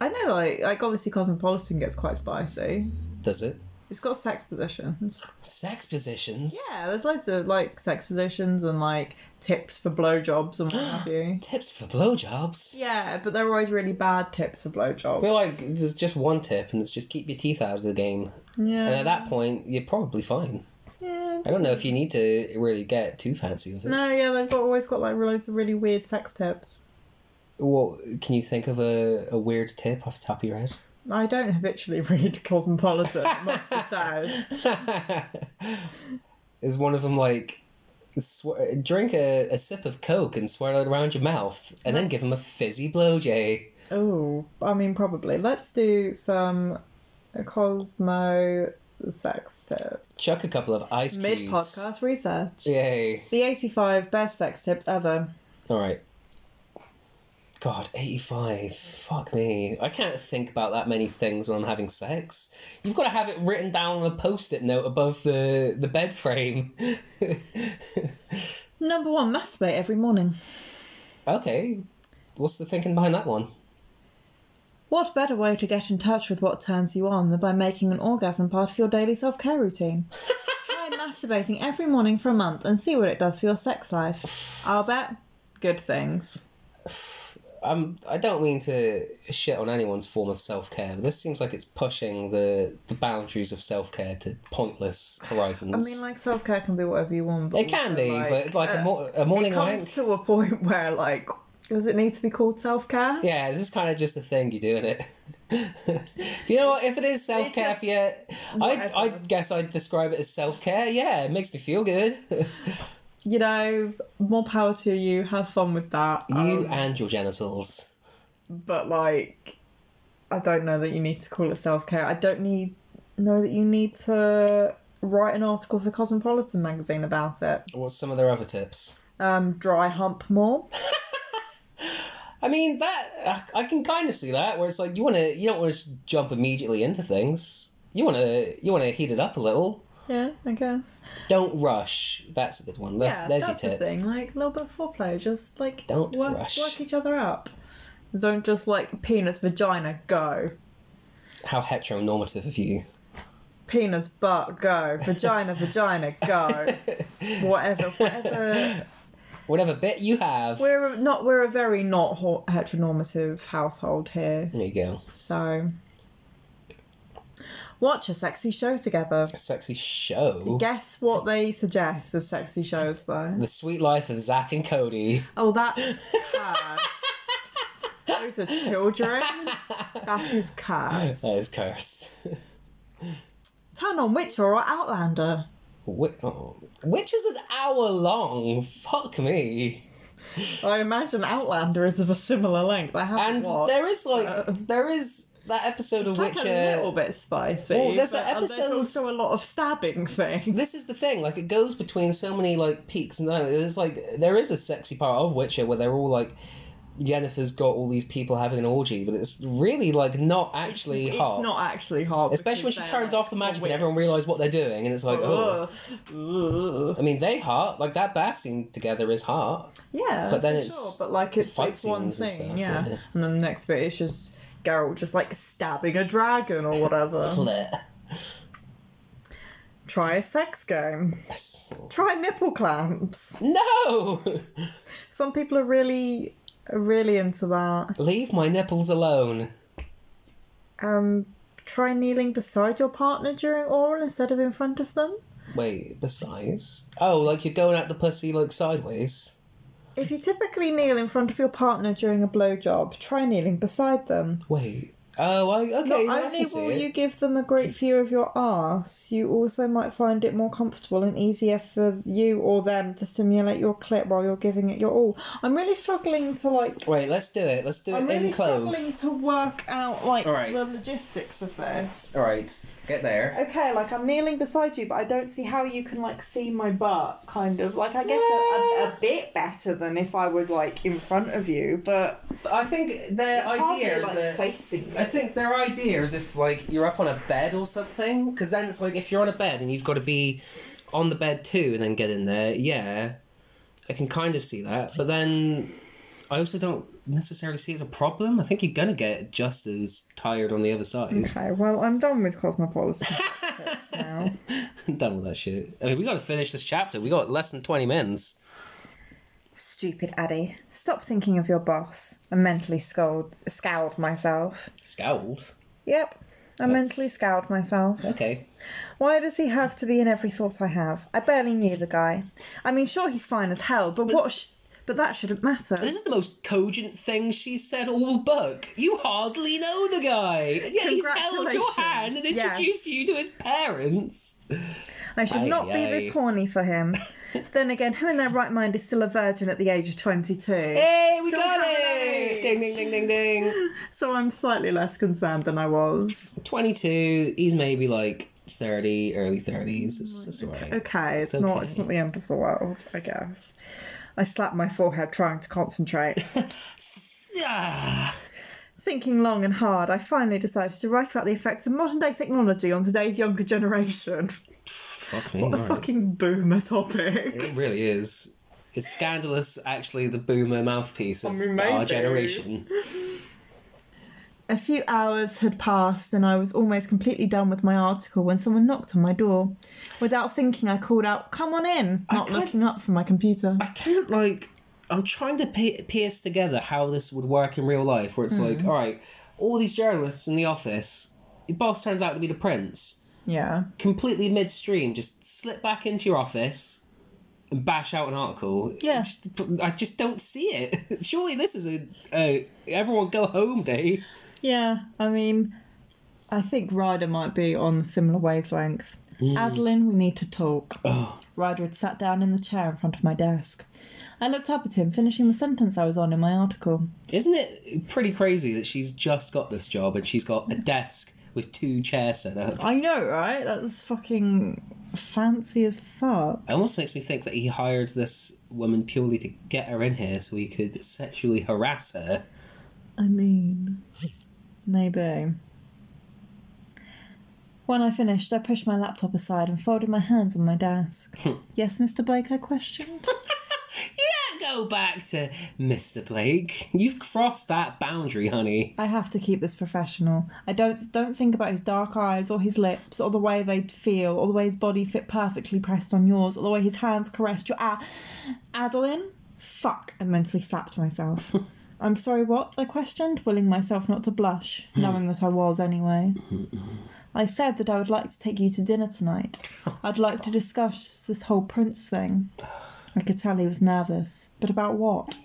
I know like like obviously Cosmopolitan gets quite spicy.
Does it?
It's got sex positions.
Sex positions.
Yeah, there's loads of like sex positions and like tips for blowjobs and what have you.
Tips for blowjobs.
Yeah, but they're always really bad tips for
I
blowjobs.
feel like there's just one tip, and it's just keep your teeth out of the game.
yeah.
And at uh, that point, you're probably fine.
yeah.
I don't know if you need to really get too fancy with it.
No, yeah, they've got, always got like loads of really weird sex tips.
Well, can you think of a, a weird tip off the top of your head?
I don't habitually read Cosmopolitan, it must be said.
Is one of them like sw- drink a, a sip of Coke and swirl it around your mouth, and then
That's-
give him a fizzy blowjay?
Oh, I mean, probably. Let's do some Cosmo sex tips.
Chuck a couple of ice cubes.
Mid podcast research.
Yay!
The 85 best sex tips ever.
All right. God, 85. Fuck me. I can't think about that many things when I'm having sex. You've got to have it written down on a post-it note above the, the bed frame.
Number one, masturbate every morning.
okay. What's the thinking behind that one?
What better way to get in touch with what turns you on than by making an orgasm part of your daily self care routine? Try masturbating every morning for a month and see what it does for your sex life. I'll bet good things.
I'm, Um, I don't mean to shit on anyone's form of self care, but this seems like it's pushing the, the boundaries of self care to pointless horizons.
I mean, like, self care can be whatever you want. But
it can
also,
be, but it's like
uh,
a, mor- a morning
It
wank.
comes to a point where, like, does it need to be called self care?
Yeah, this is kind of just a thing you do in it. you know what? If it is self care
just
for you, I, I
whatever.
guess I'd describe it as self care. Yeah, it makes me feel good. you
You know, more power to you. Have fun with that. um,
and your genitals.
but like I don't know that you need to call it self care. I don't need know that you need to write an article for Cosmopolitan magazine about it.
What's some of their other tips?
Um, dry hump more.
I mean that I, I can kind of see that where it's like you want to you don't want to jump immediately into things. You want to you want to heat it up a little.
Yeah, I guess.
Don't rush. That's a good one. That's,
yeah,
there's
that's
your
the
tip.
thing. Like a little bit of foreplay, just like
Don't
work,
rush.
work each other up. Don't just like penis vagina go,
How heteronormative of you.
penis butt go, vagina vagina go, whatever whatever.
Whatever bit you have.
We're a- not we're a very not ho- heteronormative household here,
There you go.
so watch a sexy show together.
A sexy show.
Guess what they suggest as sexy shows though?
The Sweet Life of Zach and Cody.
Oh, that's cursed. Those are children. That is cursed.
That is cursed.
Turn on Witcher or Outlander.
Whi- oh. Which is an hour long. Fuck me.
I imagine Outlander is of a similar length. I haven't
And
watched.
there is like
but-
there is that episode of
Um, It's like a little
Witcher.
bit spicy.
Well, there's that
but
episode-
also a lot of stabbing thing.
This is the thing, like it goes between so many like peaks and valleys. There's like there is a sexy part of Witcher where they're all like Yennefer's got all these people having an orgy, but it's really like not actually
It's
hot.
not actually hard.
Especially when she turns off the magic and everyone realises what they're doing, and it's like, oh. I mean, they hot. Like that bath scene together is hot.
Yeah,
But then
for
it's
sure. But like it's,
fight
it's one
scenes and
thing,
stuff,
yeah.
yeah.
And then the next bit is just Geralt just like stabbing a dragon or whatever.
Blech.
Try a sex game.
Yes.
Try nipple clamps.
No!
Some people are really, are really into that.
Leave my nipples alone.
Um, try kneeling beside your partner during oral instead of in front of them.
Wait, besides. Oh, like you're going at the pussy like sideways.
If you typically kneel in front of your partner during a blowjob, try kneeling beside them.
Wait. Oh, I, okay.
Not
I
only
can see
will
it.
you give them a great view of your ass, you also might find it more comfortable and easier for you or them to stimulate your clit while you're giving it your all. I'm really struggling to like.
Wait, let's do it. Let's do
I'm
it
really
in clove.
struggling to work out like
All right.
the logistics of this.
Alright, get there.
Okay, like I'm kneeling beside you, but I don't see how you can like see my butt, kind of. Like I guess a, a, a bit better than if I was like in front of you, but
I think their
it's hardly
idea is
like
that.
facing.
I
you.
think their idea is if like you're up on a bed or something, because then it's like if you're on a bed and you've got to be on the bed too and then get in there. Yeah, I can kind of see that, but then I also don't necessarily see it as a problem. I think you're gonna get just as tired on the other side.
Okay, well I'm done with cosmopolitan tips now.
Done with that shit. I mean, we got to finish this chapter. We got less than twenty minutes.
Stupid Addy, stop thinking of your boss. I mentally scold, scowled myself.
Scowled.
Yep, I
That's-
mentally scowled myself.
Okay.
Why does he have to be in every thought I have? I barely knew the guy. I mean, sure he's fine as hell, but what? Sh- but that shouldn't matter.
This is the most cogent thing she said all book. You hardly know the guy. And yet he held your
Congratulations.
hand and
Yeah.
introduced you to his parents.
I should
Aye,
not be
aye.
this horny for him. then again, who in their right mind is still a virgin at the age of 22?
Hey, we
So
got
have an
it!
age.
Ding, ding, ding, ding, ding.
So I'm slightly less concerned than I was.
22. He's maybe like 30, early 30s. It's,
Oh
it's alright.
Okay, it's,
It's
not
okay.
it's not the end of the world, I guess. I slapped my forehead trying to concentrate.
Ah.
Thinking long and hard, I finally decided to write about the effects of modern day technology on today's younger generation.
Fuck me.
What a
alright.
fucking boomer topic.
It really is. It's scandalous, actually, the boomer mouthpiece of
I mean,
our
maybe.
generation.
A few hours had passed and I was almost completely done with my article when someone knocked on my door. Without thinking, I called out, Come on in, not
can't-
looking up from my computer.
I can't like. I'm trying to pi- piece together how this would work in real life, where it's like, all right, all these journalists in the office, your boss turns out to be the prince,
Yeah.
completely midstream, just slip back into your office and bash out an article.
Yeah.
Just- I just don't see it. Surely this is a, a everyone go home day.
Yeah, I mean, I think Ryder might be on a similar wavelength. Adeline, we need to talk.
Oh,
Ryder had sat down in the chair in front of my desk. I looked up at him, finishing the sentence I was on in my article.
isn't it pretty crazy that she's just got this job and she's got a desk with two chairs set up.
I know, right? That's fucking fancy as fuck.
It almost makes me think that he hired this woman purely to get her in here so he could sexually harass her.
I mean, maybe. When I finished, I pushed my laptop aside and folded my hands on my desk. yes, Mr. Blake, I questioned.
You don't go back to Mr. Blake. You've crossed that boundary, honey.
I have to keep this professional. I don't don't think about his dark eyes or his lips or the way they feel or the way his body fit perfectly pressed on yours or the way his hands caressed your ah, Adeline. Fuck! I mentally slapped myself. I'm sorry, what? I questioned, willing myself not to blush, knowing that I was anyway. I said that I would like to take you to dinner tonight. I'd like to discuss this whole Prince thing. I could tell he was nervous. But about what?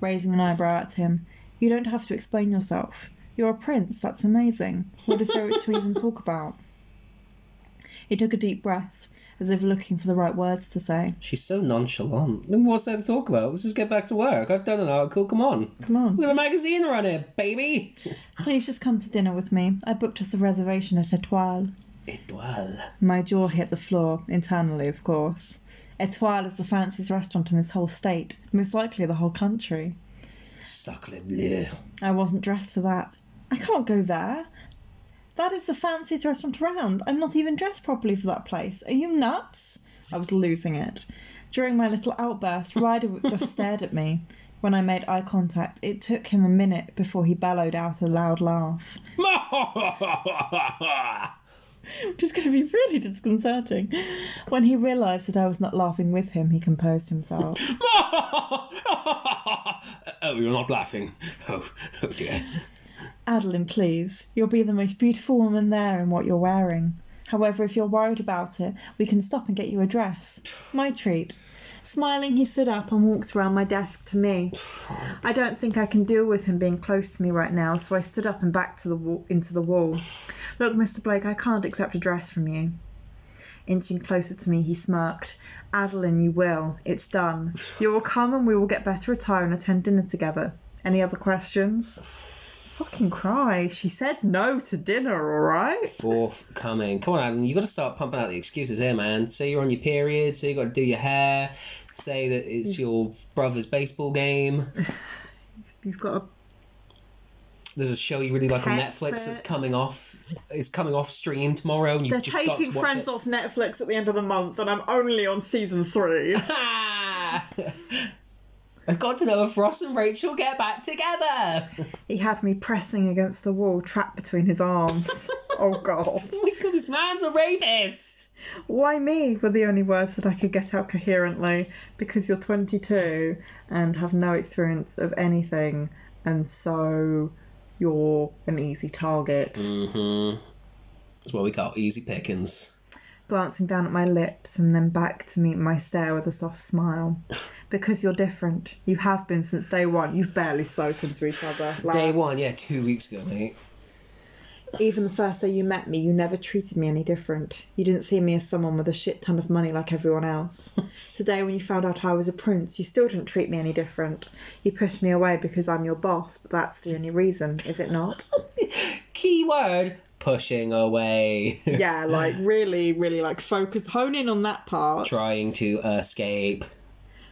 Raising an eyebrow at him. You don't have to explain yourself. You're a prince, that's amazing. What is there to even talk about? He took a deep breath, as if looking for the right words to say.
She's so nonchalant. Then What's there to talk about? Let's just get back to work. I've done an article. Come on.
Come on.
We've got a magazine around here, baby.
Please just come to dinner with me. I booked us a reservation at Etoile.
Etoile.
My jaw hit the floor, internally, of course. Etoile is the fanciest restaurant in this whole state, most likely the whole country.
Sacre bleu.
I wasn't dressed for that. I can't go there. That is the fanciest restaurant around. I'm not even dressed properly for that place. Are you nuts? I was losing it. During my little outburst, Ryder just stared at me. When I made eye contact, it took him a minute before he bellowed out a loud laugh. Which is going to be really disconcerting. When he realised that I was not laughing with him, he composed himself.
oh, you're not laughing. Oh, oh dear.
Adeline, please, you'll be the most beautiful woman there in what you're wearing. However, if you're worried about it, we can stop and get you a dress. My treat. Smiling, he stood up and walked around my desk to me. I don't think I can deal with him being close to me right now, so I stood up and backed to the wall, into the wall. Look, Mr. Blake, I can't accept a dress from you. Inching closer to me, he smirked. Adeline, you will. It's done. You will come and we will get better attire and attend dinner together. Any other questions? Fucking cry. She said no to dinner, alright?
Forthcoming. Come on, Adam, you've got to start pumping out the excuses here, man. Say you're on your period, say you've got to do your hair, say that
Mm.
it's your brother's baseball game.
You've got a
There's a show you really like on
That's
Netflix that's
it.
coming off. It's coming off stream tomorrow, and you've
They're
just
taking
got to watch
Friends
it.
off Netflix at the end of the month, and I'm only on season three.
Ha! I've got to know if Ross and Rachel get back together.
he had me pressing against the wall, trapped between his arms. oh god.
Because this man's a rapist.
Why me were the only words that I could get out coherently because you're 22 and have no experience of anything, and so you're an easy target.
Mm-hmm. That's what we call easy pickings.
glancing down at my lips and then back to meet my stare with a soft smile. Because you're different. You have been since day one. You've barely spoken to each other. Like,
Day one, yeah, two weeks ago, mate.
Even the first day you met me, you never treated me any different. You didn't see me as someone with a shit ton of money like everyone else. Today, when you found out I was a prince, you still didn't treat me any different. You pushed me away because I'm your boss, but that's the only reason, is it not?
Key word: pushing away,
yeah, like really, really like focus, hone in on that part.
trying to escape.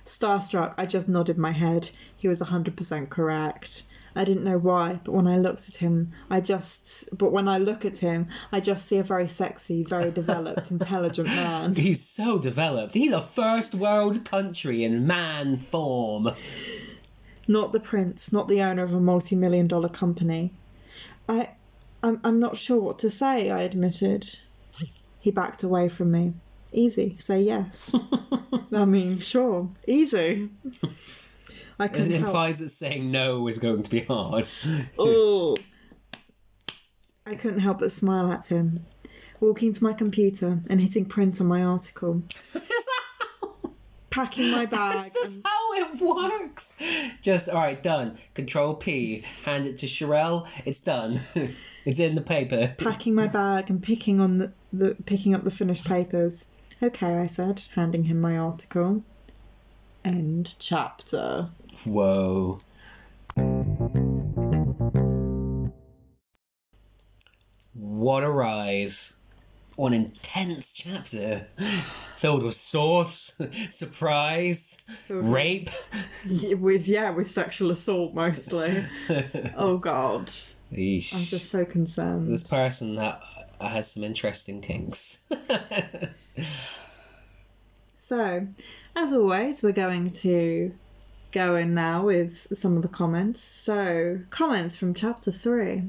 Starstruck, I just nodded my head. He was 100% correct. I didn't know why, but when I looked at him, I just. But when I look at him, I just see a very sexy, very developed, intelligent man.
He's so developed. He's a first world country in man form.
Not the prince, not the owner of a multi million dollar company. I. I'm, I'm not sure what to say, I admitted. He backed away from me. Easy, say yes. I mean, sure, easy. I
It
couldn't help.
implies that saying no is going to be hard.
Oh. I couldn't help but smile at him. Walking to my computer and hitting print on my article.
Is that-
Packing my bag.
Is this how it works? Just all right, done. Control P, hand it to Sherelle. It's done. it's in the paper.
and packing my bag and picking on the, the picking up the finished papers. Okay, I said, handing him my article. End chapter.
Whoa. Whoa. What a rise! One intense chapter filled with sauce, surprise,
Sort of-
rape.
Y- with yeah, with sexual assault mostly. oh god,
Yeesh.
I'm just so concerned.
This person that has some interesting kinks.
So, as always, we're going to go in now with some of the comments. So, comments from chapter three.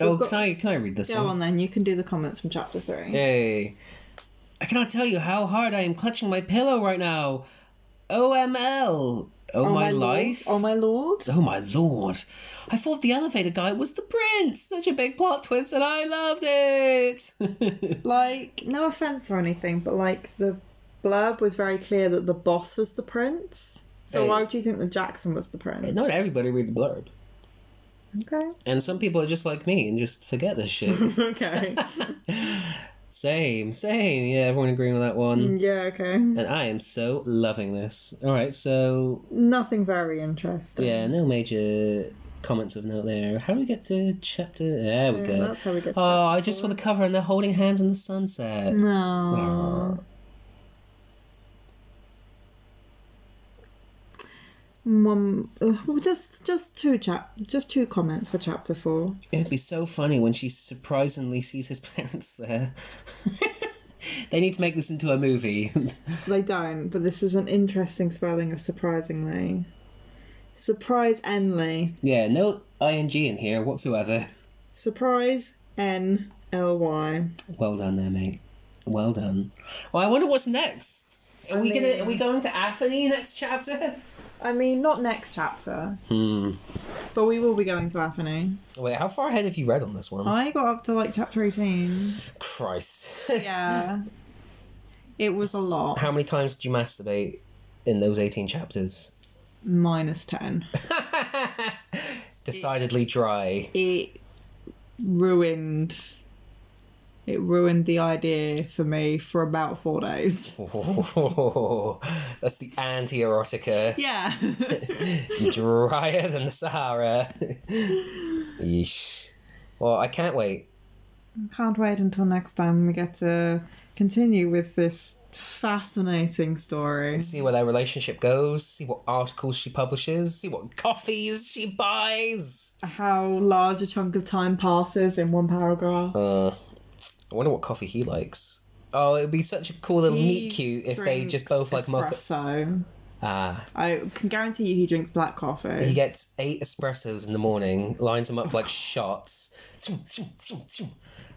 oh,
We've got-
can I can I read this
Go
one?
on then. You can do the comments from chapter three.
Yay. I cannot tell you how hard I am clutching my pillow right now. OML. Oh, my, life.
Lord. Oh my lord.
Oh my lord. I thought the elevator guy was the prince. Such a big plot twist and I loved it.
Like, no offense or anything, but like the blurb was very clear that the boss was the prince. So
Hey.
why would you think that Jackson was the prince?
Not everybody read the blurb.
Okay.
And some people are just like me and just forget this shit.
okay.
same, same. Yeah, everyone agreeing on that one.
yeah. Okay.
And I am so loving this. All right, so
Nothing very interesting.
Yeah, no major comments of note there. How do we get to chapter? There we
Yeah,
go.
Mm, that's how we get to
oh,
chapter
I just
four. Mm.
saw the cover and they're holding hands in the sunset. Arr.
No. One, uh, well, just just two chap, just two comments for chapter four.
It'd be so funny when she surprisingly sees his parents there. they need to make this into a movie.
They don't, but this is an interesting spelling of surprisingly. Surprise Enly.
yeah, no ing in here whatsoever.
Surprise N L Y.
Well done there, mate. Well done. Well, I wonder what's next. Are
I
we gonna?
mean-
Are we going to Atheny next chapter?
I mean, not next chapter,
Hmm.
but we will be going to Anthony.
Wait, how far ahead have you read on this one?
I got up to like chapter 18.
Christ.
Yeah. It was a lot.
How many times did you masturbate in those 18 chapters?
Minus 10.
Decidedly dry.
it ruined it ruined the idea for me for about four days.
That's the anti erotica.
Yeah.
Drier than the Sahara. Yeesh. Well, I can't wait.
Can't wait until next time we get to continue with this fascinating story.
See where their relationship goes, see what articles she publishes, see what coffees she buys.
How large a chunk of time passes in one paragraph.
Uh, I wonder what coffee he likes. Oh, it would be such a cool little meet
He
cute if they just both
drinks
like mocha.
espresso.
Ah,
I can guarantee you he drinks black coffee.
He gets eight espressos in the morning, lines them up like shots.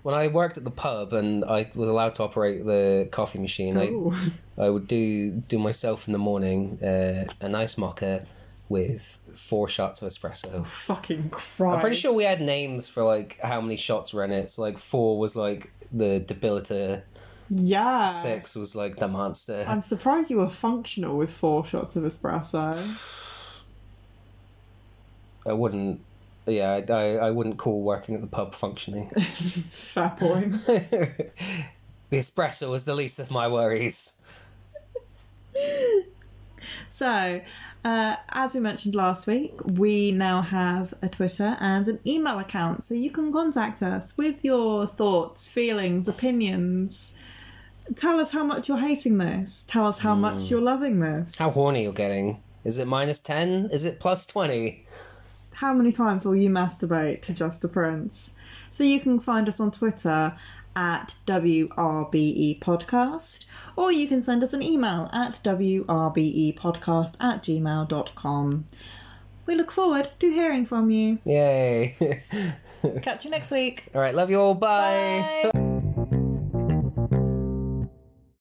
When I worked at the pub and I was allowed to operate the coffee machine,
Ooh.
I, I would do do myself in the morning uh, a nice mocha with four shots of espresso.
Fucking Christ.
I'm pretty sure we had names for like how many shots were in it. So like four was like the debilitator,
Yeah.
six was like the monster.
I'm surprised you were functional with four shots of espresso.
I wouldn't, yeah, I, I, I wouldn't call working at the pub functioning.
Fair point.
the espresso was the least of my worries.
So, uh, as we mentioned last week, we now have a Twitter and an email account, so you can contact us with your thoughts, feelings, opinions. Tell us how much you're hating this. Tell us how much you're loving this.
How horny you're getting? Is it minus ten? Is it plus twenty?
How many times will you masturbate to Just the Prince? So you can find us on Twitter at WRBE E Podcast, or you can send us an email at WRBEpodcast E at gmail.com. We look forward to hearing from you.
Yay!
Catch you next week.
all right, love you all. Bye.
Bye.